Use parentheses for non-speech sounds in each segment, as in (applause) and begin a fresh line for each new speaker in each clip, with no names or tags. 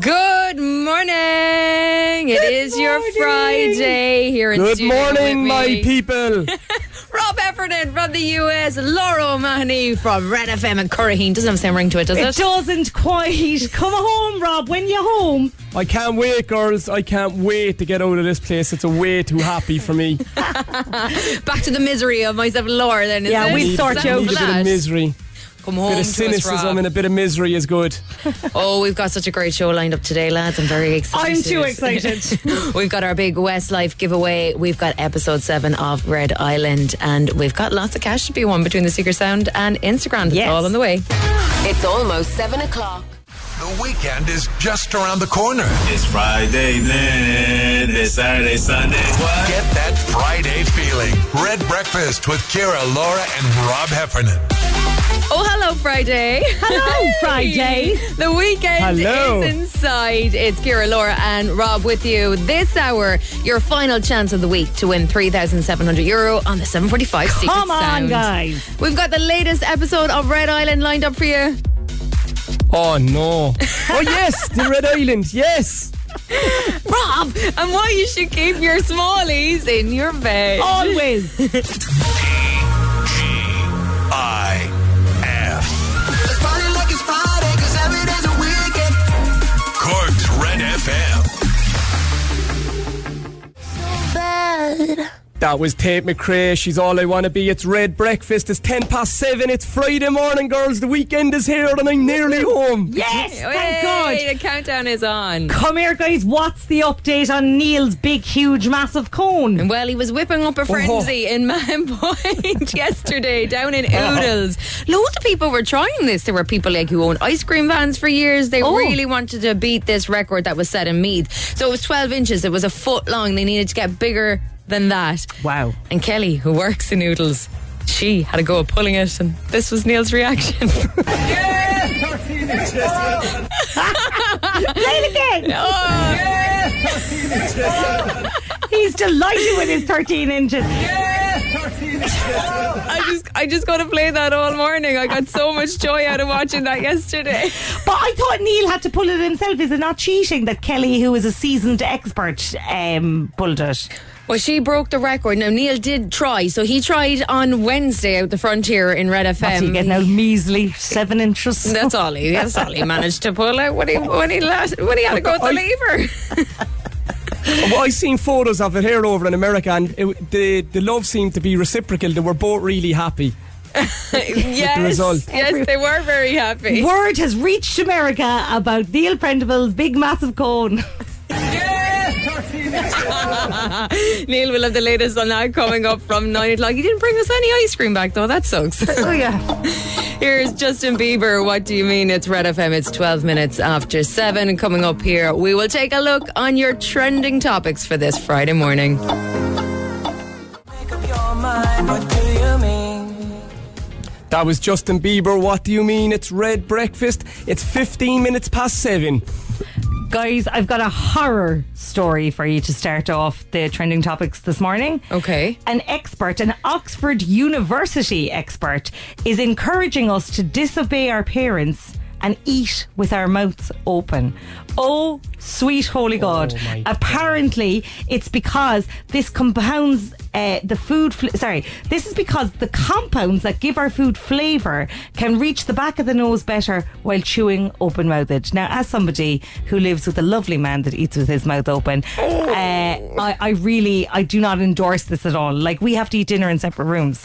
Good morning. it is your
morning.
Friday here in
Good
studio
morning,
with
my
me, (laughs)
people.
Rob Effernan from the US, Laura O'Mahony from Red FM and Curraheen. Doesn't have the same ring to it, does
It
it?
doesn't quite. Come home, Rob. When you're home,
I can't wait, girls. I can't wait to get out of this place. It's a way too happy for
(laughs)
me.
(laughs) Back to the misery of myself and Laura then, is
Yeah,
it?
we'll
need,
sort
Is
I
that
you out
need a
for
bit
that?
of misery,
Come
a
home
bit of
to us,
cynicism,
Rob.
and a bit of misery is good.
(laughs) Oh, we've got such a great show lined up today, lads. I'm very excited.
I'm too excited.
(laughs) We've got our big Westlife giveaway. We've got episode seven of Red Island, and we've got lots of cash to be won between the Secret Sound and Instagram. It's
Yes.
all on the way.
It's almost seven o'clock.
The weekend is just around the corner.
It's Friday, then it's Saturday, Sunday. What?
Get that Friday feeling. Red Breakfast with Kira, Laura, and Rob Heffernan.
Oh, hello, Friday. (laughs)
Hello, Friday.
The weekend
Hello.
is inside. It's Kira, Laura, and Rob with you this hour. Your final chance of the week to win three thousand seven hundred euro on the seven forty five.
Come on, guys.
We've got the latest episode of Red Island lined up for you.
Oh no! (laughs) Oh yes, the Red Island. Yes.
Rob, and why you should keep your smallies in your bed.
Always.
(laughs)
I F.
It's party like it's Friday, cause every day's a weekend.
Cork's Red FM.
That was Tate McRae. She's all I want to be. It's Red Breakfast. It's ten past seven. It's Friday morning, girls. The weekend is here, and I'm nearly home.
Yes, thank
Hey, oh,
God.
The countdown is on.
Come here, guys. What's the update on Neil's big, huge, massive cone?
Well, he was whipping up a frenzy in (laughs) Man Point yesterday down in Oodles. Loads of people were trying this. There were people like who owned ice cream vans for years. They
Oh.
really wanted to beat this record that was set in Meath. So it was 12 inches, it was a foot long. They needed to get bigger than that.
Wow.
And Kelly, who works in Oodles, she had a go at pulling it, and this was Neil's reaction.
Play it again. (laughs) He's delighted with his 13 inches.
(laughs) I just I just got to play that all morning. I got so much joy out of watching that yesterday.
But I thought Neil had to pull it himself. Is it not cheating that Kelly, who is a seasoned expert, um, pulled it?
Well, she broke the record. Now Neil did try, so he tried on Wednesday out the frontier in Red
What's he
FM.
getting out? Measly seven inches.
(laughs) That's all he. That's
(laughs)
all he managed to pull out when he when he last when he had to go with the lever.
Well, I seen photos of it here over in America, and it, the the love seemed to be reciprocal. They were both really happy.
(laughs) yes,
result.
yes, they were very happy.
Word has reached America about Neil Prendable's big massive cone. (laughs)
Ah, Neil will have the latest on that coming up from nine o'clock. He didn't bring us any ice cream back though. That sucks.
oh yeah.
(laughs) Here's Justin Bieber. What do you mean? It's Red FM. It's 12 minutes after 7. Coming up here, we will take a look on your trending topics for this Friday morning.
Make up your mind, what do you mean?
That was Justin Bieber. What do you mean? It's Red Breakfast. It's 15 minutes past seven.
Guys, I've got a horror story for you to start off the trending topics this morning.
Okay.
An expert, an Oxford University expert, is encouraging us to disobey our parents and eat with our mouths open. Oh, sweet holy God.
my
Apparently, it's because this compounds uh, the food. Fl- sorry, this is because the compounds that give our food flavour can reach the back of the nose better while chewing open mouthed. Now, as somebody who lives with a lovely man that eats with his mouth open, uh, I, I really, I do not endorse this at all. Like, we have to eat dinner in separate rooms.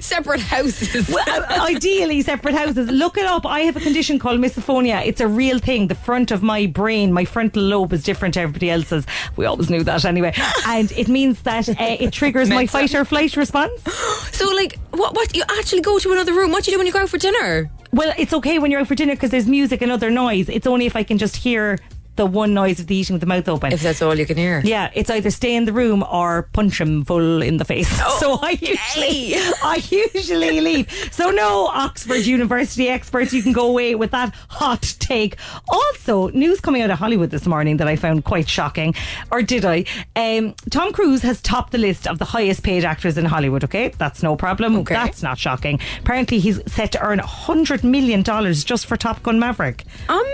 Separate houses.
Well,
(laughs)
uh, ideally separate houses. Look it up. I have a condition called misophonia. It's a real thing. The front of my brain, my frontal lobe, is different to everybody else's. We always knew that anyway, and it means that uh, it triggers my fight or flight response.
(gasps) so, like, what, what? You actually go to another room. What do you do when you go out for dinner?
Well, it's okay when you're out for dinner because there's music and other noise. It's only if I can just hear the one noise of the eating with the mouth open.
If that's all you can hear.
yeah, it's either stay in the room or punch him full in the face.
Oh,
(laughs) so I usually, I usually leave. So no Oxford University experts, you can go away with that hot take. Also, news coming out of Hollywood this morning that I found quite shocking, or did I? Um, Tom Cruise has topped the list of the highest paid actors in Hollywood. Okay, that's no problem.
Okay.
That's not shocking. Apparently, he's set to earn hundred million dollars just for Top Gun Maverick.
Unbelievable.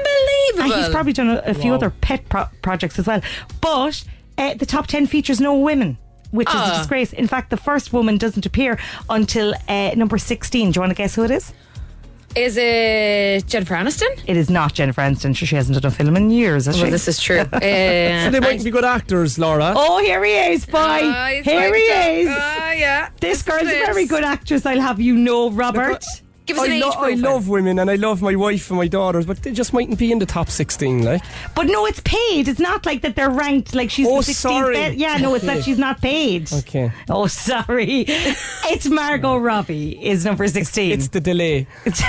And he's probably done a, a few other pet pro- projects as well. But uh, the top 10 features no women. Which is a
Ah.
disgrace. In fact, the first woman doesn't appear until uh, number 16. Do you want to guess who it is?
Is it Jennifer Aniston?
It is not Jennifer Aniston. Sure, she hasn't done a film in years, has
Well,
she?
this is
(laughs)
true. Uh,
So they mightn't be good actors, Laura.
oh, here he is, boy.
Ah, he's
here
(laughs)
he
like-
is.
Ah, yeah.
this
is
girl's a
it.
very good actress, I'll have you know, Robert.
Give us
I,
an age
lo- I
profile.
love women and I love my wife and my daughters, but they just mightn't be in the top 16. Like,
But no, it's paid. It's not like that they're ranked like she's
Oh,
the 16th.
sorry.
best- Yeah, no, it's that she's not paid.
Okay.
Oh,
(laughs)
sorry. it's Margot Robbie is number 16.
it's the delay.
(laughs)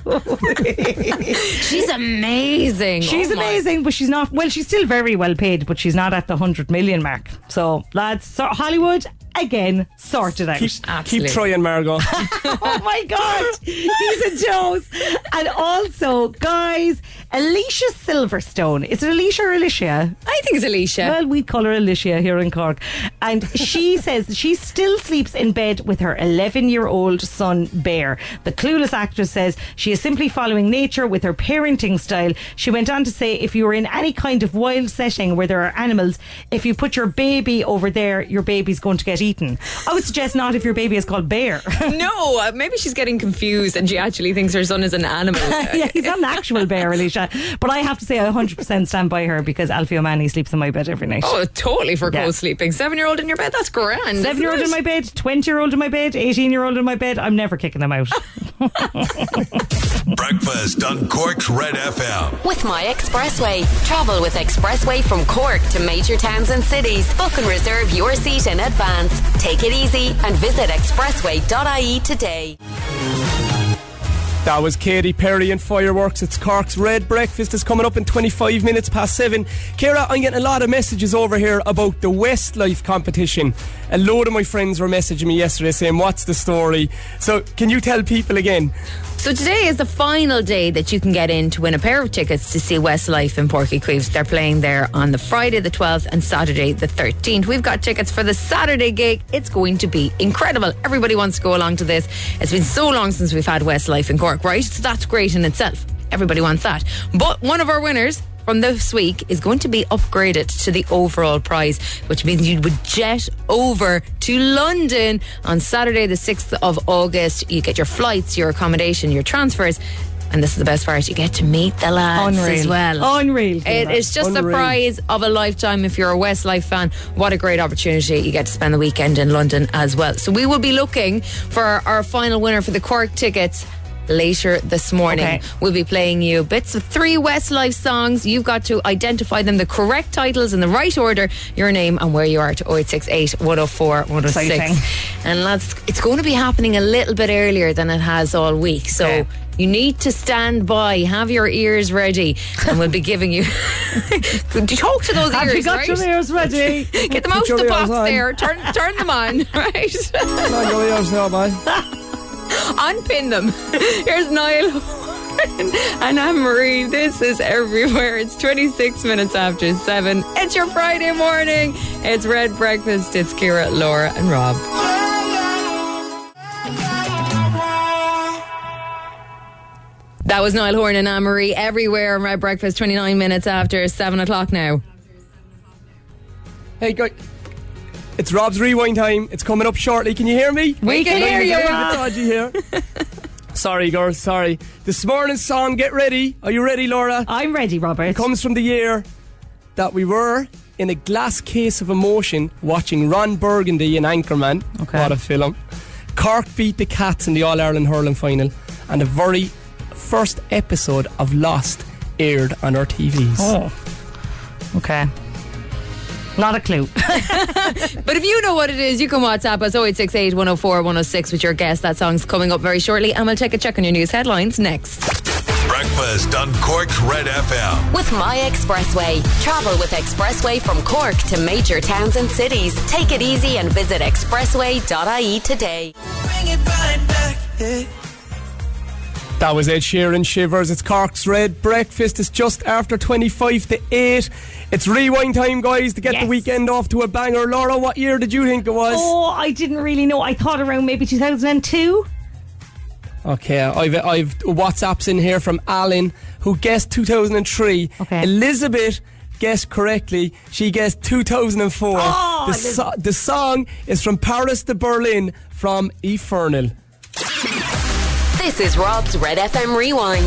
(laughs) She's amazing.
she's
Oh my.
amazing, but she's not, well, she's still very well paid, but she's not at the 100 million mark. So, lads, so Hollywood, again, sorted out.
Keep, keep
Absolutely.
trying, Margot.
oh my
(laughs)
god, he's a dose. And also, guys, Alicia Silverstone. Is it Alicia or Alicia?
I think it's Alicia.
Well, we call her Alicia here in Cork. And
(laughs)
she says she still sleeps in bed with her 11 year old son, Bear. The clueless actress says she is simply following nature with her parenting style. She went on to say if you are in any kind of wild setting where there are animals, if you put your baby over there, your baby's going to get eaten. I would suggest not if your baby is called Bear. (laughs)
no, uh, maybe she's getting confused and she actually thinks her son is an animal.
(laughs) yeah, he's not an actual bear, Alicia. But I have to say, I 100% stand by her because Alfie O'Mahony sleeps in my bed every night.
Oh, totally for
Yeah.
co-sleeping. Seven-year-old in your bed, that's grand. isn't
Seven year old
it?
in my bed, 20 year old in my bed, 18 year old in my bed. I'm never kicking
(laughs)
them out.
Breakfast on Cork's Red FM.
With My Expressway. Travel with Expressway from Cork to major towns and cities. Book and reserve your seat in advance. Take it easy and visit expressway.ie today.
That was Katy Perry and Fireworks. It's Cork's Red Breakfast is coming up in 25 minutes past 7. Kira, I'm getting a lot of messages over here about the Westlife competition. A load of my friends were messaging me yesterday saying, What's the story? So, can you tell people again?
So today is the final day that you can get in to win a pair of tickets to see Westlife and Porky Creeves. They're playing there on the Friday the 12th and Saturday the 13th. We've got tickets for the Saturday gig. It's going to be incredible. Everybody wants to go along to this. It's been so long since we've had Westlife in Cork, right? So that's great in itself. Everybody wants that. But one of our winners from this week is going to be upgraded to the overall prize, which means you would jet over to London on Saturday, the 6th of August. You get your flights, your accommodation, your transfers. And this is the best part, you get to meet the lads as
Unreal.
well.
Unreal,
It
Ciara.
is just the
Unreal.
prize of a lifetime. If you're a Westlife fan, what a great opportunity. You get to spend the weekend in London as well. So we will be looking for our final winner for the Cork tickets later this morning.
Okay.
We'll be playing you bits of three Westlife songs. You've got to identify them, the correct titles in the right order, your name and where you are to 0868 104 106.
Exciting.
And lads, it's going to be happening a little bit earlier than it has all week. So
Okay.
you need to stand by, have your ears ready, and we'll be giving
(laughs)
you. Talk to those
Have
ears,
you got
right?
your ears ready?
(laughs) Get them out
your
of the
ears
box
on.
there. Turn, turn them on, (laughs) right?
Come on, go yours now, man.
(laughs) unpin them. Here's Niall Horan and Anne Marie. This is everywhere. It's 26 minutes after 7. It's your Friday morning. It's Red Breakfast. It's Kira, Laura, and Rob. That was Niall Horan and Anne Marie everywhere on Red Breakfast, 29 minutes after 7 o'clock now. (laughs)
Hey, guys. It's Rob's rewind time. It's coming up shortly. Can you hear me?
We can
Line
hear
is
you,
a little
Rob.
bit dodgy
(laughs)
here. sorry, girls. Sorry. This morning's song. Get ready. Are you ready, Laura?
I'm ready, Robert.
comes from the year that we were in a glass case of emotion watching Ron Burgundy in Anchorman.
Okay.
What a film. Cork beat the Cats in the All Ireland Hurling Final, and the very first episode of Lost aired on our TVs.
Oh. Okay. Not a clue. (laughs)
But if you know what it is, you can WhatsApp us 0868 104 106 with your guess. That song's coming up very shortly, and we'll take a check on your news headlines next.
Breakfast on Cork's Red FM.
With My Expressway, travel with Expressway from Cork to major towns and cities. Take it easy and visit expressway.ie today.
Bring it right back, yeah.
That was Ed Sheeran Shivers. It's Cork's Red Breakfast. It's just after 25 to 8. It's rewind time, guys, to get the
Yes.
weekend off to a banger. Laura, what year did you think it was?
Oh, I didn't really know. I thought around maybe 2002.
Okay, I've, I've WhatsApps in here from Alan, who guessed 2003.
Okay.
Elizabeth guessed correctly. She guessed 2004.
Oh,
the,
Eliz-
so- the song is from Paris to Berlin from Infernal.
This is Rob's Red FM Rewind.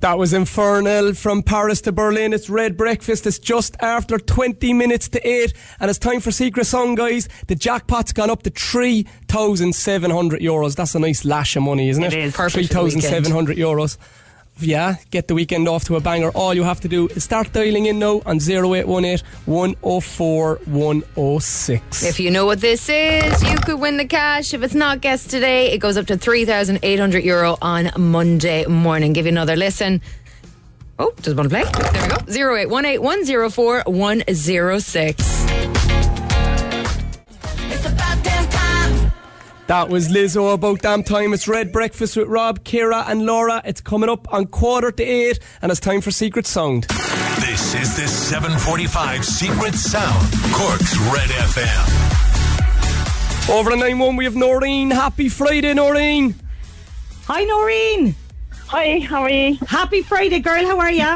That was Infernal from Paris to Berlin. It's Red Breakfast. It's just after 20 minutes to 8. And it's time for Secret Song, guys. The jackpot's gone up to 3,700 euros. That's a nice lash of money, isn't it?
It is.
Perfect for the weekend.
3,700 euros. Yeah, get the weekend off to a banger. All you have to do is start dialing in now on 0818 104 106.
If you know what this is, you could win the cash. If it's not guessed today, it goes up to 3,800 euro on Monday morning. Give you another listen. Oh, does one play? There we go. Zero eight one eight one zero four one zero six.
It's about damn time.
That was Lizzo about damn time. It's Red Breakfast with Rob, Kira, and Laura. It's coming up on quarter to eight, and it's time for Secret Sound.
This is the 745 Secret Sound, Cork's Red FM.
Over to 9 1, we have Noreen. Happy Friday, Noreen.
Hi, Noreen.
Hi, how are you?
Happy Friday, girl. How are you?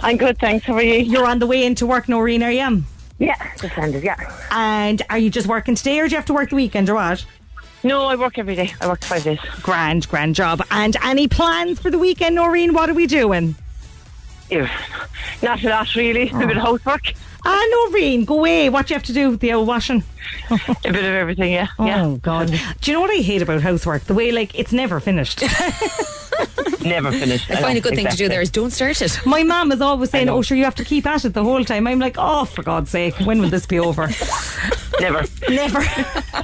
I'm good, thanks. How are you?
You're on the way into work, Noreen, are you?
Yeah, just ended, yeah.
And are you just working today or do you have to work the weekend or what?
No, I work every day. I work five days.
Grand, grand job. And any plans for the weekend, Noreen? What are we doing?
Yeah. Not a lot, really. A bit of housework,
Ah, Noreen, go away. What do you have to do? The old washing.
a bit of everything, yeah. yeah.
Oh, God. Do you know what I hate about housework? The way, like, it's never finished. (laughs)
Never finished.
I find a good thing to do there is don't start it.
My mum is always saying, oh, sure, you have to keep at it the whole time. I'm like, oh, for God's sake, when will this be
(laughs)
over?
Never.
never.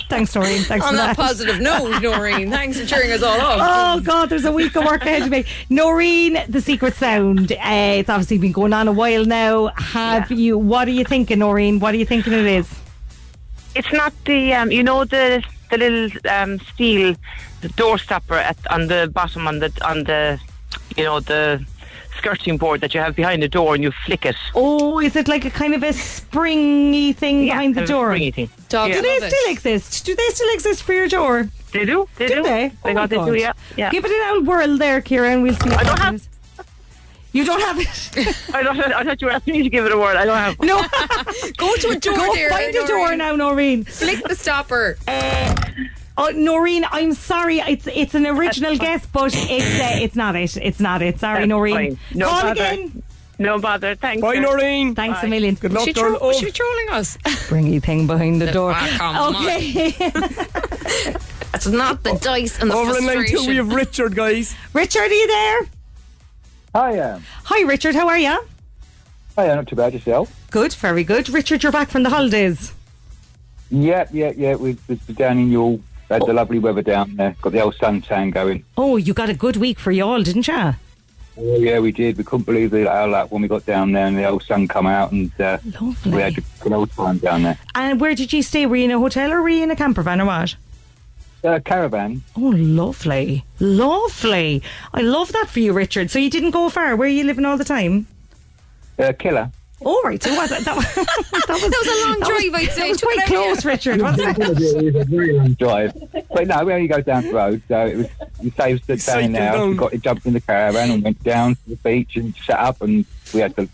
Thanks, Noreen. Thanks
On
for
that
(laughs)
positive note, Noreen, thanks for cheering us all up.
Oh God, there's a week of work ahead of me. Noreen, the secret sound. Uh, it's obviously been going on a while now. Have you? What are you thinking, Noreen? What are you thinking it is?
It's not the, um, you know, the the little um, steel door stopper at, on the bottom on the on the, you know, the skirting board that you have behind the door and you flick it.
Oh, is it like a kind of a springy thing behind the
kind of
door?
springy thing.
Dog,
Yeah.
Do they
Love it.
still exist? Do they still exist for your door?
They do. They
Do
do.
they? Oh
They
my
got they do.
God.
Yeah. Yeah.
Give it an old whirl there, Kira, and we'll see. I
don't have-
You don't have
(laughs)
it. (laughs)
I, thought, I thought you were asking me to give it a word. I don't have. (laughs)
No,
Go to a door
go
there.
find a door
Noreen.
now, Noreen.
Flick the
(laughs)
stopper.
Oh, Noreen, I'm sorry. It's it's an original guess, but it's uh, it's not it. It's not it. Sorry,
That's
Noreen.
fine. No
Call
bother.
again.
No bother. Thanks.
Bye,
sir.
Noreen.
Thanks a million.
Good luck,
She
girl.
tro-
Oh,
she trolling us.
Springy thing behind the door.
Ah, come
(laughs)
on.
okay,
That's not the dice and the
over in line
frustration.
two, we have Richard, guys.
Richard, are you there?
Hi, um,
Hi, Richard. How are you?
hi, not too bad yourself.
Good, very good. Richard, you're back from the holidays.
Yeah, yeah, yeah. We've, we've been down in Yule. Had the lovely weather down there. Got the old suntan going.
Oh, you got a good week for y'all, didn't you?
Oh, yeah, we did. We couldn't believe the, how like when we got down there and the old sun come out and uh,
Lovely.
we had a good old time down there.
And where did you stay? Were you in a hotel or were you in a camper van or what?
Uh, caravan.
Oh, lovely, lovely. I love that for you, Richard. So you didn't go far. Where are you living all the time?
Uh, killer.
All right. So was it? That was, (laughs) that was,
That was a long drive, I'd say.
That was
Took
quite
an hour.
close,
(laughs)
Richard, wasn't it?
Drive. But no, we only go down the road. So it was, we saved the down
Cycled
in the house.
down.
We got it jumped in the caravan and went down to the beach and sat up and we had the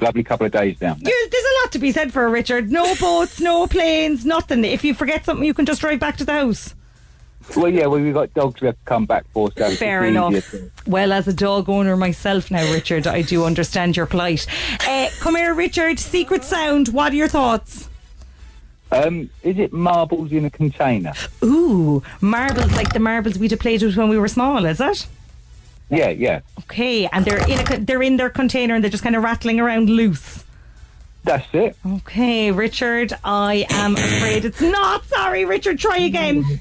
lovely couple of days down there.
You, there's a lot to be said for it, Richard. No boats, no planes, nothing. If you forget something, you can just drive back to the house.
Well, yeah, well, we got dogs we have to come back for. So it's
Fair
easier
enough.
to-
Well, as a dog owner myself now, Richard, I do understand your plight. Uh, come here, Richard. Secret sound. What are your thoughts?
Um, is it marbles in a container?
Ooh, marbles like the marbles we'd have played with when we were small, is it?
Yeah, yeah.
Okay, and they're in a, co- they're in their container and they're just kind of rattling around loose.
That's it.
Okay, Richard, I am afraid it's not. Sorry, Richard, try again.
Uh,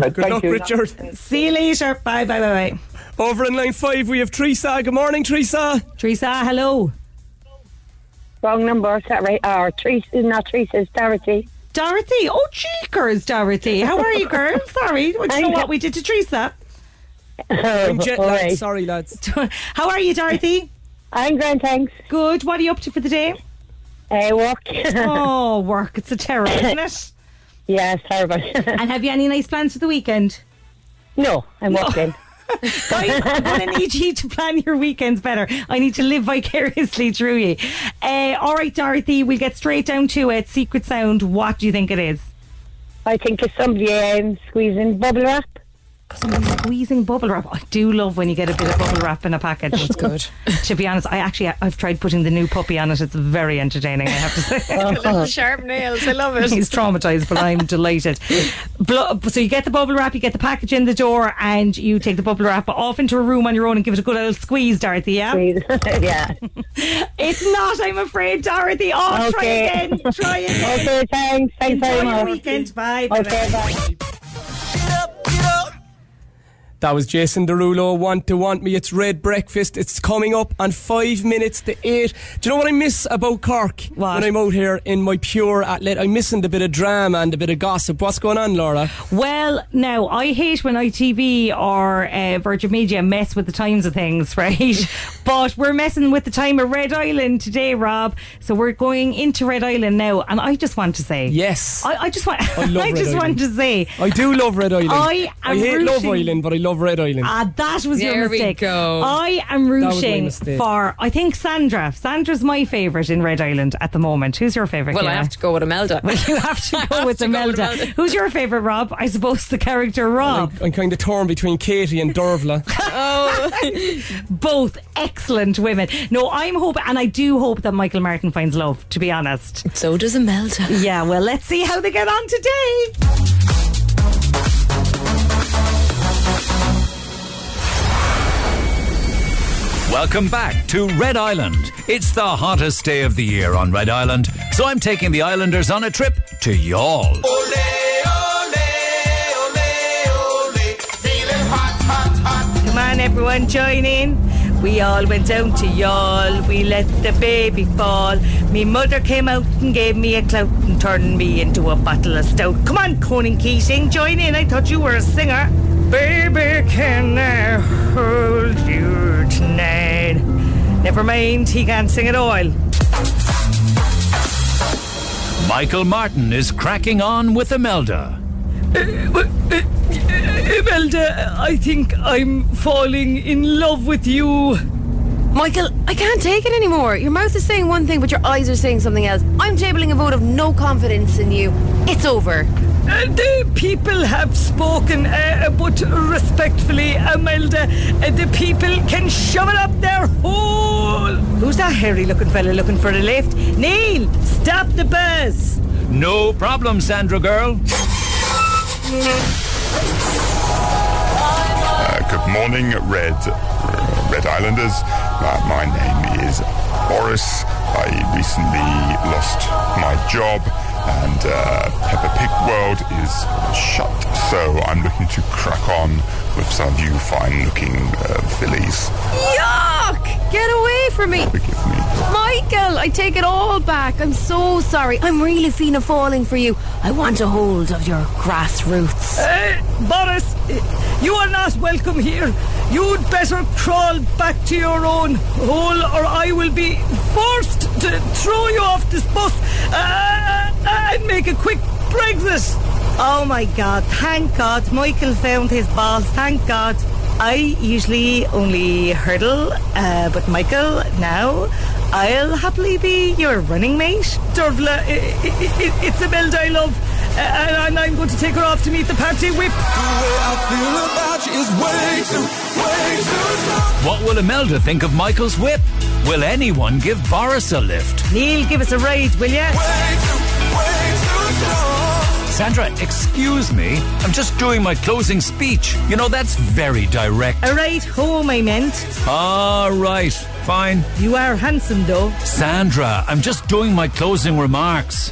Good
thank
luck,
you.
Richard.
See you later. Bye, bye, bye, bye.
Over in line five, we have Teresa. Good morning, Teresa.
Teresa, hello.
Wrong number, sorry. Or Ah, Teresa, not Teresa, it's Dorothy.
Dorothy. Oh, cheekers, Dorothy. How are
(laughs)
you, girl? Sorry. Do you know
I'm
what
good.
we did to Teresa?
Oh, (laughs)
I'm jet
All
lagged.
right.
Sorry, lads.
How are you, Dorothy?
I'm grand, thanks.
Good. What are you up to for the day?
I work. (laughs)
Oh, work. It's a terror, isn't it?
yeah, it's terrible. (laughs)
And have you any nice plans for the weekend?
no, I'm
(laughs)
working.
I- I'm going to need you to plan your weekends better. I need to live vicariously through you. Uh, all right, Dorothy, we'll get straight down to it. Secret Sound, what do you think it is?
I think it's somebody um, squeezing bubble wrap.
Somebody squeezing bubble wrap. I do love when you get a bit of bubble wrap in a package.
(laughs)
It's good. to be honest, I actually I've tried putting the new puppy on it. It's very entertaining. I have to
(laughs)
say. Uh-huh.
Little sharp nails. I love it.
He's
(laughs)
traumatized, but I'm delighted. Blo- so you get the bubble wrap, you get the package in the door, and you take the bubble wrap off into a room on your own and give it a good old squeeze, Dorothy.
(laughs)
Yeah,
yeah.
it's not. I'm afraid, Dorothy. Oh, try
Okay.
again.
(laughs)
Try again.
Okay, thanks. Thanks
Enjoy
very
your
much.
weekend. Bye.
Okay, bye.
Get up, get up.
That was Jason Derulo. Want to want me? It's Red Breakfast. It's coming up on five minutes to eight. Do you know what I miss about Cork
What?
when I'm out here in my pure athlete? I'm missing the bit of drama and the bit of gossip. What's going on, Laura?
Well, now I hate when ITV or uh, Virgin Media mess with the times of things, (laughs) right? but we're messing with the time of Red Island today, Rob. So we're going into Red Island now, and I just want to say,
Yes, I,
I, I just want, (laughs) I,
love Red
just
Island.
want to say,
do love Red Island.
I am
hate Love
rooting-
Island, but I love Red Island.
ah, that was your
There we
mistake.
go.
I
was
am
my
rooting
mistake.
for, I think Sandra. Sandra's my favourite in Red Island at the moment. Who's your favourite?
Well, I
Ciara?
have to go with Imelda.
You have
(laughs)
to go with
to go with
Imelda.
Imelda.
(laughs) Who's your favourite, Rob? I suppose the character Rob.
I'm kind
(laughs)
of torn between Katie and Dervla.
Oh. both excellent women. No, I'm hoping, and I do hope that Michael Martin finds love, to be honest.
so does Imelda.
Yeah, well, let's see how they get on today.
Welcome back to Red Island. It's the hottest day of the year on Red Island, so I'm taking the Islanders on a trip to y'all.
Come on, everyone, join in. We all went down to y'all. We let the baby fall. Me mother came out and gave me a clout and turned me into a bottle of stout. Come on, Conan Keating, join in. I thought you were a singer. Baby, can I hold you tonight? Never mind, he can't sing at all.
Michael Martin is cracking on with Imelda.
Uh, Imelda, I think I'm falling in love with you.
Michael, I can't take it anymore. Your mouth is saying one thing, but your eyes are saying something else. I'm tabling a vote of no confidence in you. It's over.
Uh, the people have spoken, uh, but respectfully, Imelda, uh, the people can shovel up their hole. Who's that hairy looking fella looking for a lift? Neil, stop the bus.
No problem, Sandra girl.
Uh, good morning, Red Red Islanders. Uh, my name is Boris. I recently lost my job, and uh, Peppa Pig World is shut. So I'm looking to crack on with some of you fine-looking uh, fillies.
Yuck! Get away from me.
Forgive me.
Michael, I take it all back. I'm so sorry. I'm really Fina falling for you. I want a hold of your grassroots.
Uh, Boris, uh, you are not welcome here. You'd better crawl back to your own hole, or I will be forced to throw you off this bus uh, and make a quick Brexit. Oh my God! Thank God, Michael found his balls. Thank God. I usually only hurdle, uh, but Michael, now I'll happily be your running mate. Dervla, i i i it's a build I love, uh, and I'm going to take her off to meet the party
The way
whip.
I feel about you is way too, way too strong.
What will Imelda think of Michael's whip? Will anyone give Boris a lift?
Neil, give us a ride, will you?
Way too, way too strong.
Sandra, excuse me. I'm just doing my closing speech. You know, that's very direct.
A ride home, I meant.
All right. fine.
You are handsome, though.
Sandra, I'm just doing my closing remarks.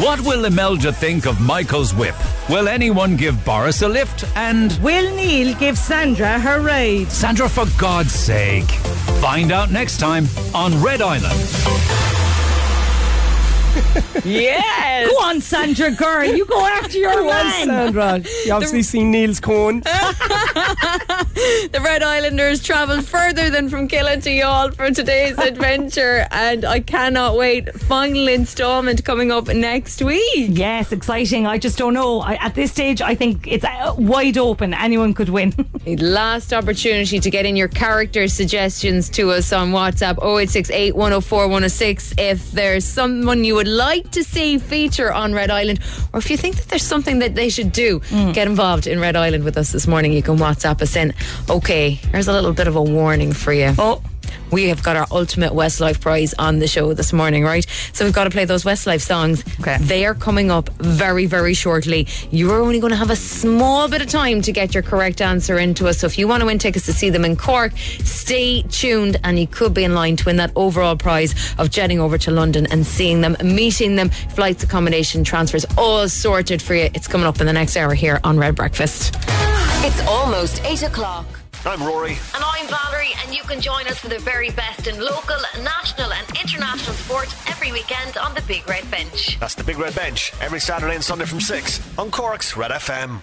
What will Imelda think of Michael's whip? Will anyone give Boris a lift? And
will Neil give Sandra her ride?
Sandra, for God's sake. Find out next time on Red Island.
Yes. Go on, Sandra girl. You go after your
(laughs) Go on,
man.
Sandra. You obviously seen Neil's cone.
(laughs) the Red Islanders travelled further than from Killa to Yall for (laughs) today's adventure, and I cannot wait. Final installment coming up next week.
Yes, exciting. I just don't know. I, at this stage, I think it's uh, wide open. Anyone could win.
The last opportunity to get in your character suggestions to us on WhatsApp 0868 104 106 if there's someone you would like to see feature on Red Island or if you think that there's something that they should do get involved in Red Island with us this morning you can WhatsApp us in okay here's a little bit of a warning for you
oh
we have got our ultimate Westlife prize on the show this morning, right? So we've got to play those Westlife songs. Okay. They are coming up very, very shortly. You are only going to have a small bit of time to get your correct answer into us. So if you want to win tickets to see them in Cork, stay tuned and you could be in line to win that overall prize of jetting over to London and seeing them, meeting them, flights, accommodation, transfers, all sorted for you. It's coming up in the next hour here on Red Breakfast.
It's almost 8 o'clock.
I'm Rory.
And I'm Valerie, and you can join us for the very best in local, national, and international sport every weekend on the Big Red Bench.
That's the Big Red Bench every Saturday and Sunday from 6 on Cork's Red FM.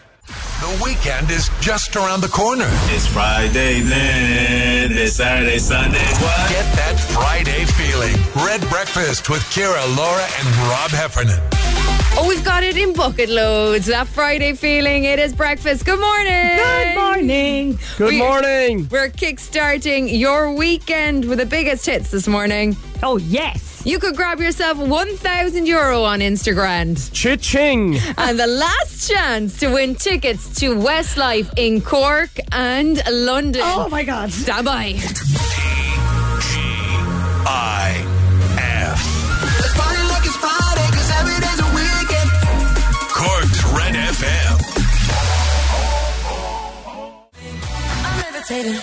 The weekend is just around the corner.
It's Friday, then it's Saturday, Sunday. What?
Get that Friday feeling. Red Breakfast with Kira, Laura, and Rob Heffernan.
Oh, we've got it in bucket loads. That Friday feeling. It is breakfast. Good morning.
Good morning.
Good morning.
We're kickstarting your weekend with the biggest hits this morning.
Oh, yes.
You could grab yourself 1,000 euro on Instagram.
Cha-ching.
and the last chance to win tickets to Westlife in Cork and London.
Oh, my God.
Stand by.
I F.
Let's party like it's Friday, cause every day's a weekend.
Cork's Red FM.
I'm levitating.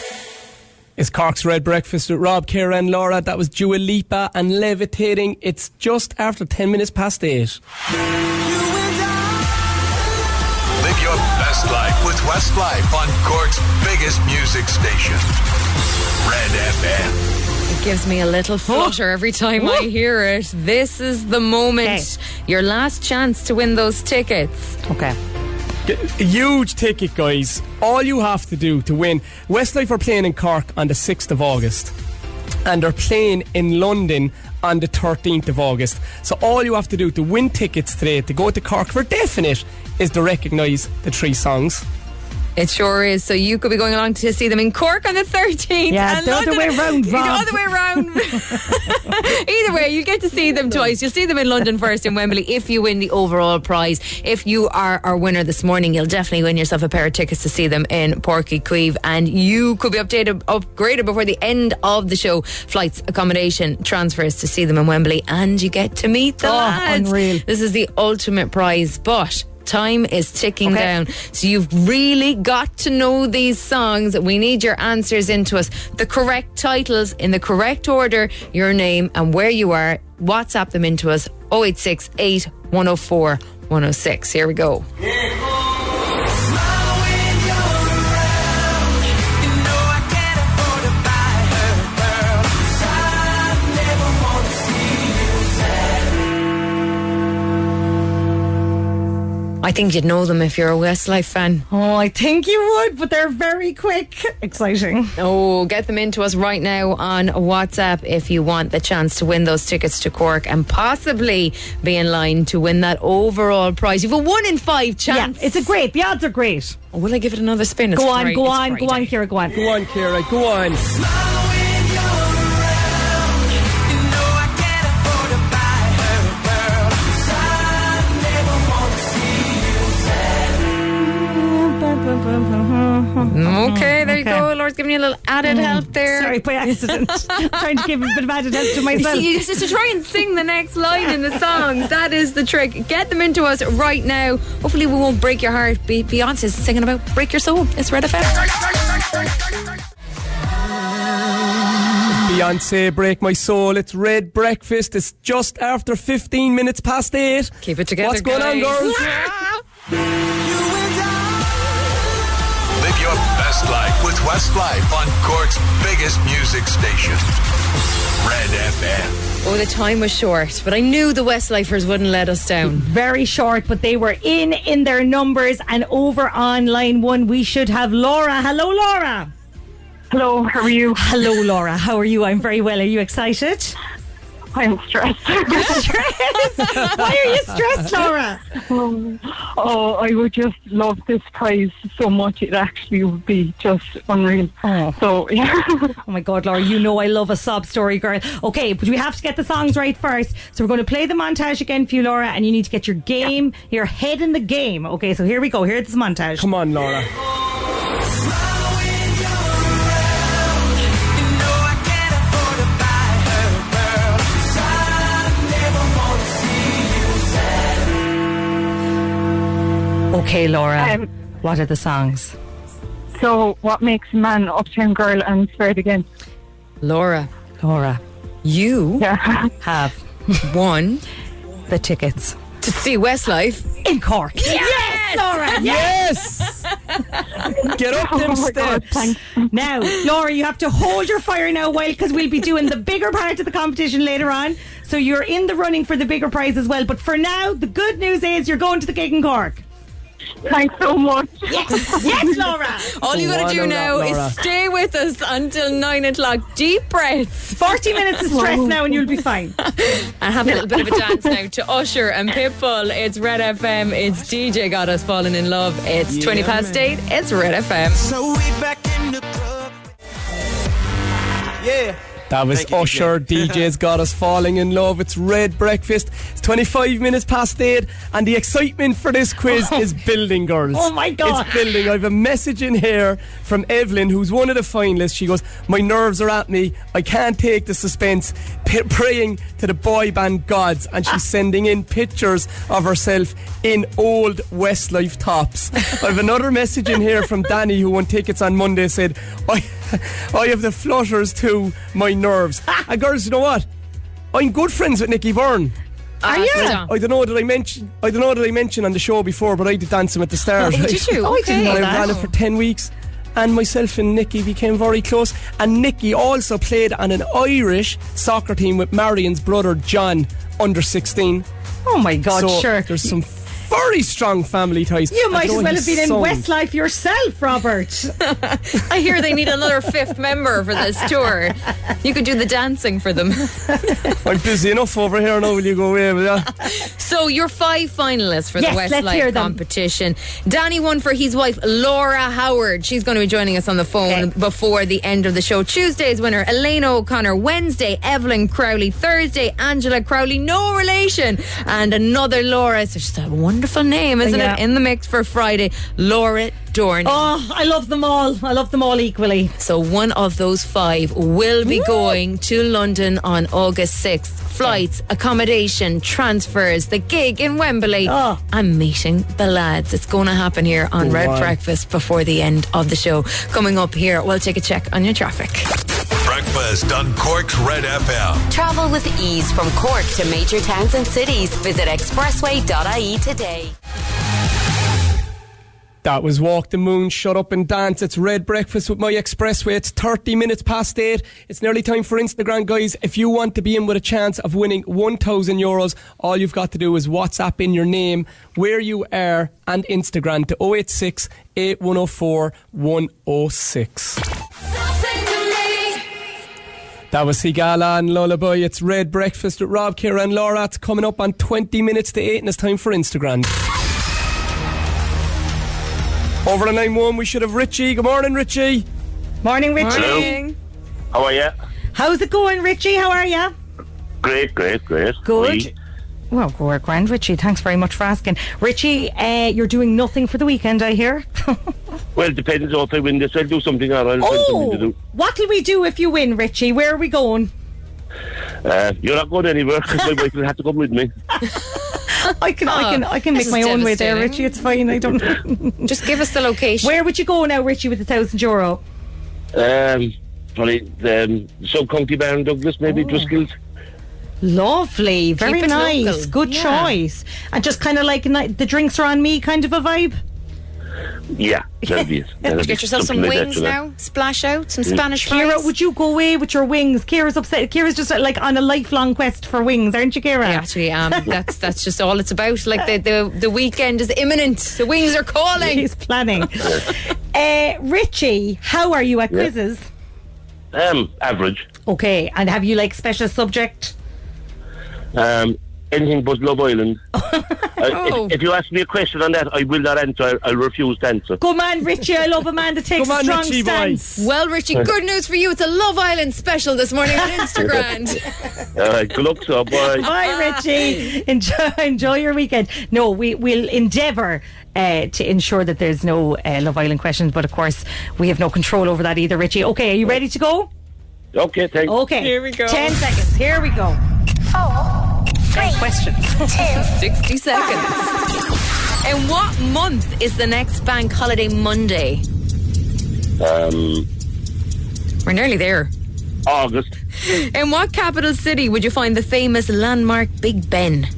It's Cork's Red Breakfast with Rob, Kira, and Laura. That was Dua Lipa and Levitating. It's just after 10 minutes past 8.
Live your best life with Westlife on Cork's biggest music station. Red FM.
It gives me a little flutter every time I hear it. This is the moment. Your last chance to win those tickets.
Okay.
A huge ticket, guys. All you have to do to win. Westlife are playing in Cork on the 6th of August. And they're playing in London on the 13th of August. So all you have to do to win tickets today, to go to Cork for definite, is to recognise the three songs.
It sure is. So you could be going along to see them in Cork on the 13th.
Yeah,
and
the other
London-
way
(laughs)
round,
The
Rob.
other way round. (laughs) Either way, you get to see them twice. You'll see them in London first in Wembley if you win the overall prize. If you are our winner this morning, you'll definitely win yourself a pair of tickets to see them in Porky Queeve. And you could be updated, upgraded before the end of the show. Flights, accommodation, transfers to see them in Wembley. And you get to meet the
Oh,
lads.
unreal.
This is the ultimate prize, but time is ticking
Okay.
down. So you've really got to know these songs. We need your answers into us. The correct titles in the correct order, your name and where you are. WhatsApp them into us 0868 104 106. Here we go. I think you'd know them if you're a Westlife fan.
Oh, I think you would, but they're very quick. Exciting.
Oh, get them into us right now on WhatsApp if you want the chance to win those tickets to Cork and possibly be in line to win that overall prize. You've a one in five
Yeah,
chance.
it's a great. The odds are great.
Oh, Will I give it another spin? (laughs) It's
Go on,
Fri-
go
it's
on, go on,
Friday.
Kira, go on.
Go on, Kira, go on.
(laughs)
Okay, there you
Mm-hmm. Okay. Mm.
go. Lord's giving you a little added help there.
Sorry, by
(laughs)
accident. Trying to give a bit of added help to myself.
You just to try and sing the next line in the song. That is the trick. Get them into us right now. Hopefully, we won't break your heart. Be Beyonce's singing about "Break Your Soul." It's Red FM.
Beyonce, Break My Soul. It's Red Breakfast. It's just after 15 minutes past 8.
Keep it together,
What's going on,
guys.
girls?
Live your best life with Westlife on Cork's biggest music station, Red FM.
Oh, the time was short, but I knew the Westlifers wouldn't let us down.
Very short, but they were in in their numbers and over on line one. We should have Laura. Hello, Laura.
Hello, how are you?
Hello, Laura. How are you? I'm very well. Are you excited?
I'm stressed.
You're stressed. (laughs) Why are you stressed, Laura?
Um, (laughs) oh, I would just love this prize so much. It actually would be just unreal. So, yeah. (laughs)
oh my God, Laura, you know I love a sob story, girl. Okay, but we have to get the songs right first. So we're going to play the montage again for you, Laura, and you need to get your game, your head in the game. Okay, so here we go. Here's this montage. Come
on, Laura.
Okay, Laura,
Um,
what are the songs?
So, what makes a man uptown girl and spread again?
Laura.
Laura.
You
(laughs) have
won
the tickets
to see Westlife
in Cork.
Yes,
Laura.
(laughs) Yes.
(laughs)
Get up
Oh
them steps.
now, Laura, you have to hold your fire now, while because we'll be doing the bigger part of the competition later on. So you're in the running for the bigger prize as well. But for now, the good news is you're going to the gig in Cork.
Thanks so much.
Yes, yes, Laura.
All you got to do
One
now
on that, Laura.
is stay with us until nine o'clock. Deep breaths.
40 minutes of stress now and you'll be fine.
(laughs) and have a little bit of a dance now to Usher and Pitbull. It's Red FM. It's DJ Got Us Falling in Love. It's 20
Yeah,
past
man.
8. It's Red FM.
So we back in the club. Yeah.
That was Usher. DJ's got us falling in love. It's Red Breakfast. It's 25 minutes past 8, and the excitement for this
(laughs)
quiz is building, girls.
Oh my God.
It's building. I have a message in here from Evelyn, who's one of the finalists. She goes, My nerves are at me. I can't take the suspense. P- praying to the boy band gods. And she's sending in pictures of herself in old Westlife tops. I have another message in here from Danny, who won tickets on Monday, said, I, (laughs) I have the flutters to my nerves. and girls, you know what? I'm good friends with Nicky Byrne.
Are you? Yeah.
I don't know that I mentioned. I don't know that I mentioned on the show before, but I did dancing at the stars.
Oh,
right?
did you? Oh, I didn't
And (laughs)
know
I
that.
ran it for ten weeks, and myself and Nicky became very close. And Nicky also played on an Irish soccer team with Marion's brother John, under sixteen.
Oh my God!
So
sure.
there's some very strong family ties.
You
I
might
know
as well
his
have been in
son-
Westlife yourself, Robert.
I hear they need another fifth member (laughs) for this tour. You could do the dancing for them. (laughs)
I'm busy enough over here now. Will you go away with
(laughs)
that?
So your five finalists for
Yes,
the
let's hear
Westlife
them.
competition. Danny won for his wife Laura Howard. She's going to be joining us on the phone before the end of the show. Tuesday's winner Elena O'Connor. Wednesday Evelyn Crowley. Thursday Angela Crowley, no relation, and another Laura. So she's a wonderful name, isn't
Yeah.
it? In the mix for Friday, Laura Dorney.
Oh, I love them all. I love them all equally.
So one of those five will be going to London on August 6th. Flights, accommodation, transfers, the gig in Wembley.
Ah.
I'm meeting the lads. It's going to happen here on
Oh,
Go
Red
on.
Breakfast before the end of the show. Coming up here, we'll take a check on your traffic.
Breakfast on Cork's Red FM.
Travel with ease from Cork to major towns and cities. Visit expressway.ie E today.
That was Walk the Moon, Shut Up and Dance. It's Red Breakfast with My Expressway. It's 30 minutes past 8. It's nearly time for Instagram, guys. If you want to be in with a chance of winning 1,000 euros, all you've got to do is WhatsApp in your name, where you are, and Instagram to 086 8104 106. That was Sigala and Lullaby. It's Red Breakfast with Rob, Kira, and Laura. It's coming up on 20 minutes to 8, and it's time for Instagram. Over on 9 1, we should have Richie. Good morning, Richie.
Morning,
Richie.
Hello.
How are you?
How's it going, Richie? How are you?
Great, great, great.
Good.
Me?
Well, we're grand, Richie. Thanks very much for asking. Richie, uh, you're doing nothing for the weekend, I hear.
Well, depends if I win this. I'll do something or I'll find something
Oh!
to do.
What'll we do if you win, Richie? Where are we going? (laughs)
Uh, you're not going anywhere because my wife will have to come with me.
I can, I can, I can
Oh,
make
this
my
is
own way there, Richie.
devastating.
It's fine. I don't.
Just give us the location.
Where would you go now, Richie, with a thousand euro?
Um, probably the um, sub county bar in Douglas, maybe
Oh.
Driscoll's.
Lovely, very
it
nice,
local,
good
yeah.
choice, and just kind of like ni- the drinks are on me kind of a vibe.
Yeah, that'd
(laughs)
be it. That'd
Did you
be
get yourself some
something like that,
wings
you know.
now?
Splash out some
Mm. Spanish
Kira, would you go away with your wings? Kira's upset. Kira's just like on a lifelong quest for wings, aren't you, Kira? I (laughs)
actually am. That's that's just all it's about. Like the the, the weekend is imminent. The wings are calling.
He's planning.
(laughs)
uh, Richie, how are you at
Yeah.
quizzes?
Um, average.
Okay, and have you like special subject?
Um, anything but Love Island. I- if-
(laughs) Oh.
if, you ask me a question on that, I will not answer. I, I refuse to answer.
Come on, Richie. I love a man that takes
Come on,
a strong
Richie boy.
stance.
Well, Richie, good news for you. It's a Love Island special this morning
(laughs)
on Instagram.
All right, good luck, sir. Bye.
Bye,
(laughs)
Richie. Enjoy, enjoy your weekend. No, we will endeavour uh, to ensure that there's no uh, Love Island questions, but of course, we have no control over that either, Richie. Okay, are you ready to go?
Okay, thanks.
Okay.
Here
we go. 10 seconds. Here we go.
Three questions. (laughs) Two. 60 seconds. In what month is the next bank holiday Monday?
Um,
We're nearly there.
August,
In what capital city would you find the famous landmark Big Ben?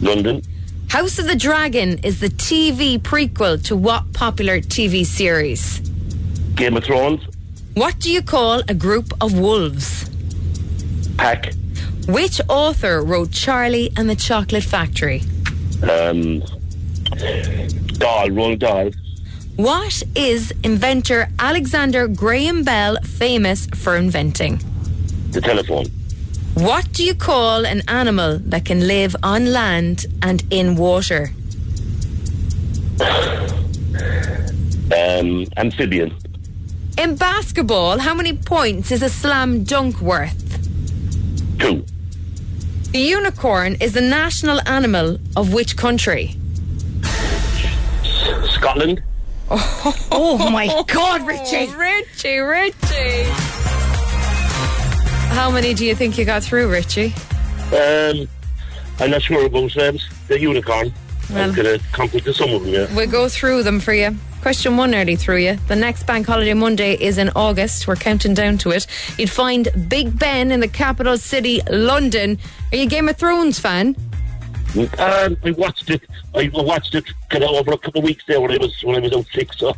London,
House of the Dragon is the TV prequel to what popular TV series?
Game of Thrones,
What do you call a group of wolves?
Pack,
Which author wrote Charlie and the Chocolate Factory?
um, Dahl, Roald Dahl,
What is inventor Alexander Graham Bell famous for inventing?
the telephone,
What do you call an animal that can live on land and in water?
um, amphibian,
In basketball, how many points is a slam dunk worth?
two,
The unicorn is the national animal of
(laughs)
which country?
Scotland.
Oh,
my God, Richie.
Richie, Richie. How many do you think you got through, Richie?
Um, I'm not sure about um, the unicorn.
Well.
I'm going to compete with some of them, yeah.
We'll go through them for you. Question one nearly through you. The next bank holiday Monday is in August. We're counting down to it. You'd find Big Ben in the capital city, London. Are you a Game of Thrones fan?
Um, I watched it. I watched it kind of over a couple of weeks there when I was when I was out sick. So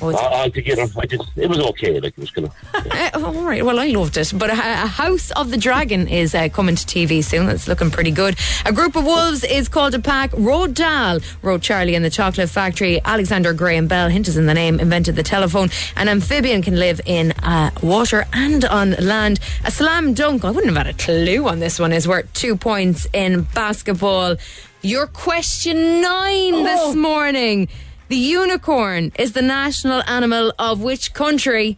Oh, it's-
uh, altogether, I did. It was okay. Like it was kind of.
Uh, all right. Well, I loved it. But uh, House of the Dragon is uh, coming to TV soon. That's looking pretty good. A group of wolves is called a pack. Roald Dahl wrote Charlie and the Chocolate Factory. Alexander Graham Bell, hint is in the name, invented the telephone. An amphibian can live in uh, water and on land. A slam dunk. I wouldn't have had a clue on this one. Is worth two points in basketball. Your question nine this morning. The unicorn is the national animal of which country?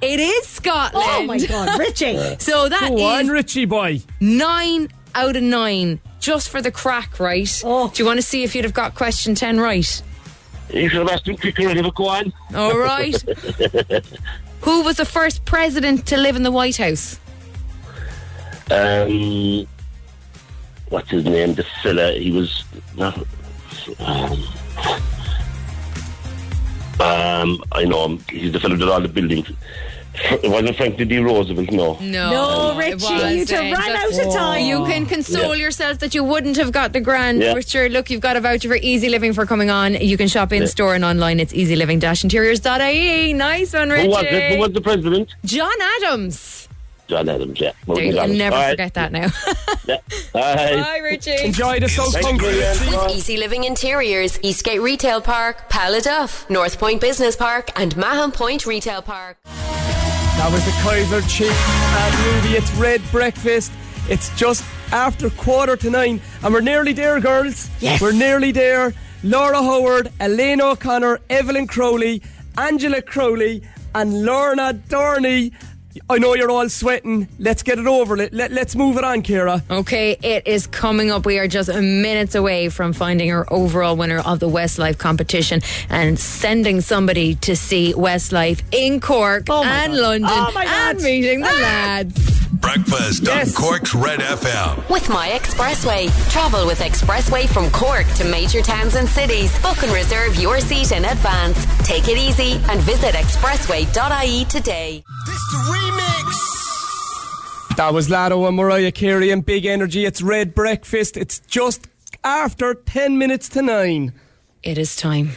It is Scotland.
Oh my God,
(laughs)
Richie.
so that
Go on,
is
Richie boy.
nine out of nine just for the crack, right?
Oh.
Do you want to see if you'd have got question 10 right?
You should have asked him quicker and never go on.
All right. Who was the first president to live in the White House?
(laughs) um, what's his name? The fella. He was not. Um, um, I know him. He's the fella that did all the buildings. Fr- (laughs) It wasn't Franklin D. Roosevelt, no.
Mm,
(laughs)
No,
No, Oh, Richie, you'd have
James,
run
that's-
out of
Oh.
time.
eh, Oh. You can console yourself that you wouldn't have got the grand.
Yeah.
But sure, look, you've got a voucher for Easy Living for coming on. You can shop in
Yeah.
store and online. It's easyliving-interiors.ie. E. Nice one, Richie.
Who was it? Who was the president?
John Adams.
John Adams, yeah.
There, you'll never (laughs) forget that now.
Bye.
Bye, Richie.
Enjoy the South
Thank
Hungry.
you.
With Easy Living Interiors, Eastgate Retail Park, Paladuff, North Point Business Park, and Mahon Point Retail Park.
That was the Kaiser Chief and Ruby. It's Red Breakfast. It's just after quarter to nine, and we're nearly there, girls. Yes. We're nearly there. Laura Howard, Elaine O'Connor, Evelyn Crowley, Angela Crowley, and Lorna Dorney. I know you're all sweating. Let's get it over. Let, let, let's move it on, Kira.
Okay, it is coming up. We are just minutes away from finding our overall winner of the Westlife competition and sending somebody to see Westlife in Cork and London
Oh my
and
God.
meeting the
Ah.
lads.
Breakfast on Cork's Red FM.
With My Expressway. Travel with Expressway from Cork to major towns and cities. Book and reserve your seat in advance. Take it easy and visit expressway.ie today.
That was Lado and Mariah Carey and Big Energy. It's Red Breakfast. It's just after 10 minutes to 9.
It is time.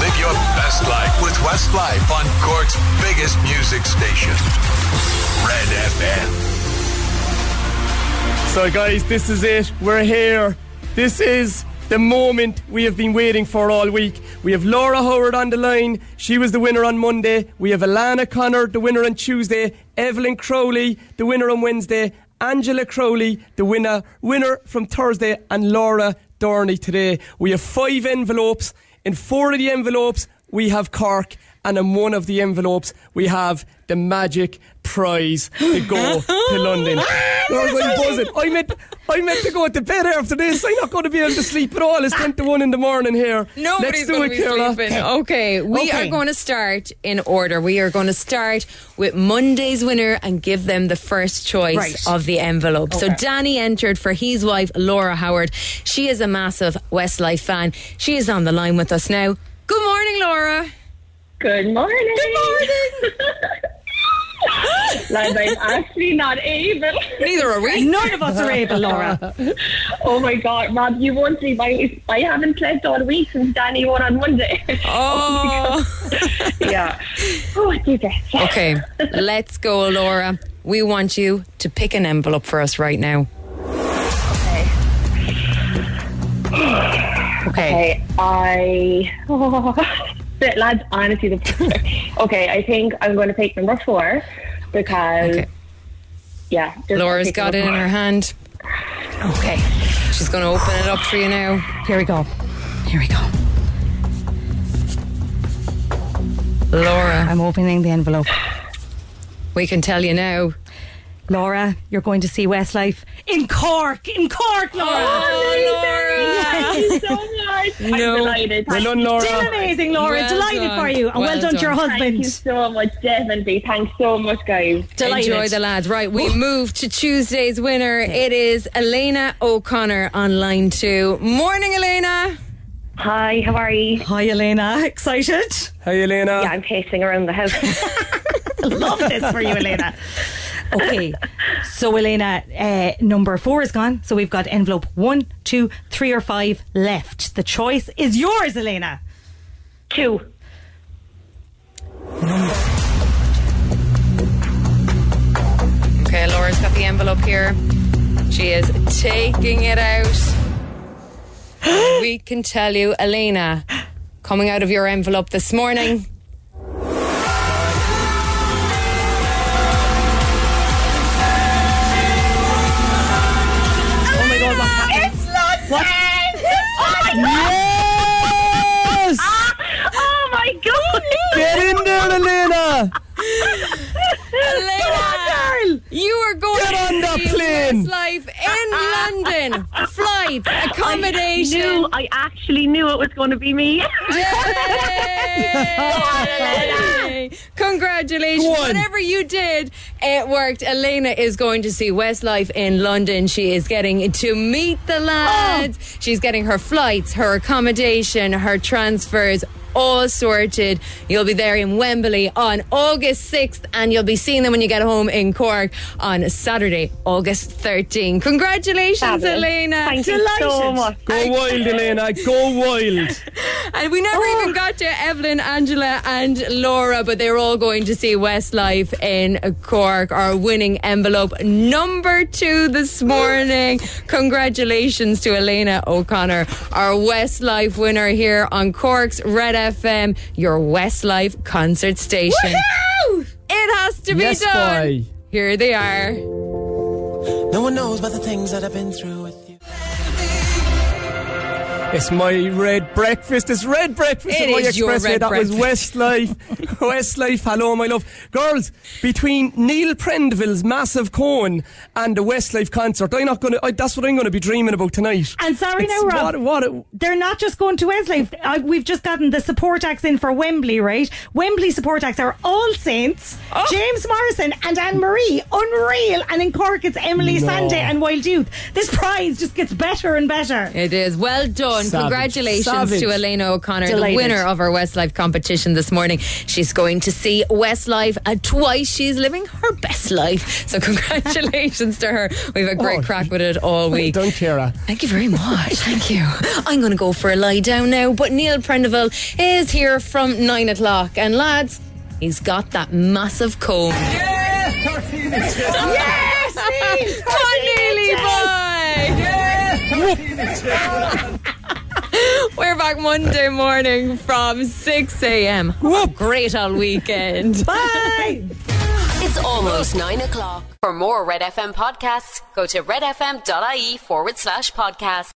Live your best life with Westlife on Cork's biggest music station, Red FM.
So, guys, this is it. We're here. This is the moment we have been waiting for all week. We have Laura Howard on the line. She was the winner on Monday. We have Alana Connor, the winner on Tuesday. Evelyn Crowley, the winner on Wednesday. Angela Crowley, the winner, winner from Thursday, and Laura Dorney today. We have five envelopes. In four of the envelopes, we have Cork, and in one of the envelopes, we have the magic prize to go (laughs) to London.
(laughs)
Lord, I'm buzzing. I meant, I meant to go to bed after this. I'm not going to be able to sleep at all. It's 10 to 1 in the morning here. Let's
Nobody's
do
going
it,
to be
Ciara.
sleeping. Okay, we
Okay.
are going to start in order. We are going to start with Monday's winner and give them the first choice
Right.
of the envelope. So
Okay.
Danny entered for his wife, Laura Howard. She is a massive Westlife fan. She is on the line with us now. Good morning, Laura.
Good morning.
Good
morning. (laughs) like I'm actually not able.
Neither are
(laughs)
we.
None of us are able, Laura.
oh my God, Rob, you won't believe I, I haven't slept all week since Danny won on Monday. Oh, my God. (laughs)
(laughs)
yeah. Oh, I did it.
Okay, let's go, Laura. We want you to pick an envelope for us right now.
Okay, I. (laughs) Oh, lads, honestly, (laughs) the. okay, I think I'm going to take number four because. Yeah. just
Laura's
take
got it in
number four.
her
(laughs)
hand. Okay. She's going to open it up for you now. Here we go.
Here we go.
Laura.
I'm opening the envelope.
We can tell you now.
Laura, you're going to see Westlife in Cork. In Cork, Laura. (laughs)
Oh,
Yes.
Laura. Thank you so much.
No.
I'm delighted.
Well done, Laura. Still amazing, Laura. Delighted for you. And well done to your
Thank
husband.
you so much, definitely. Thanks so much, guys.
Enjoy the lads. Right, we move to Tuesday's winner. It is Elena O'Connor on line two. Morning, Elena.
Hi, how are you?
Hi, Elena. (laughs) Excited?
Hi, Elena.
Yeah, I'm pacing around the house.
(laughs) Love this for you, Elena. Okay, so Elena, uh, number four is gone. So we've got envelope one, two, three, or five left. The choice is yours, Elena.
Two.
Okay, Laura's got the envelope here. She is taking it out. And we can tell you, Elena, coming out of your envelope this morning.
Oh my god,
It's not
What?
Oh my god!
Yes!
Ah,
oh my god!
Get in there, Elena.
Elena, you are going
Get on
to
the
see
plane.
Westlife in London. Flight, accommodation.
I, knew, I actually knew it was going to be me.
Yay! Congratulations.
Go on.
Whatever you did, it worked. Elena is going to see Westlife in London. She is getting to meet the lads.
Oh.
She's getting her flights, her accommodation, her transfers. All sorted. You'll be there in Wembley on August 6th, and you'll be seeing them when you get home in Cork on Saturday, August 13th. Congratulations,
Fabulous.
Elena.
Thank you so Delighted. much.
Go wild, Elena. Go wild.
(laughs) And we never even got to Evelyn, Angela, and Laura, but they're all going to see Westlife in Cork, our winning envelope number two this morning. Congratulations to Elena O'Connor, our Westlife winner here on Cork's Red FM, your Westlife concert station. It has to be
Yes,
done.
boy.
Here they are.
No one knows about the things that I've been through with you.
It's my red breakfast. It's red breakfast
It
at my
is your
expressway.
red
that was
breakfast.
Westlife. Westlife, hello, my love. Girls, between Neil Prendeville's massive cone and the Westlife concert, I'm not gonna. I, that's what I'm gonna be dreaming about tonight.
And sorry
It's
now, Rob.
What, what a-
They're not just going to Wesley. I, we've just gotten the support acts in for Wembley, right? Wembley support acts are All Saints, James Morrison, and Anne Marie. Unreal. And in Cork, it's Emily
No.
Sande and Wild Youth. This prize just gets better and better.
It is. Well done.
Savage.
Congratulations
Savage.
to Elena O'Connor,
Delighted.
the winner of our Westlife competition this morning. She's going to see Westlife uh, twice. She's living her best life. (laughs) So, congratulations to her. We've a great crack with it all week.
Don't care.
Thank you very much. Thank you. (laughs) I'm going to go for a lie down now. But Neil Prendeville is here from nine o'clock. And, lads, he's got that massive comb.
Yes!
We're back Monday morning from 6 a.m. Have a Great all (laughs) weekend.
Bye.
It's almost 9 o'clock. For more Red FM podcasts, go to redfm.ie forward slash podcast.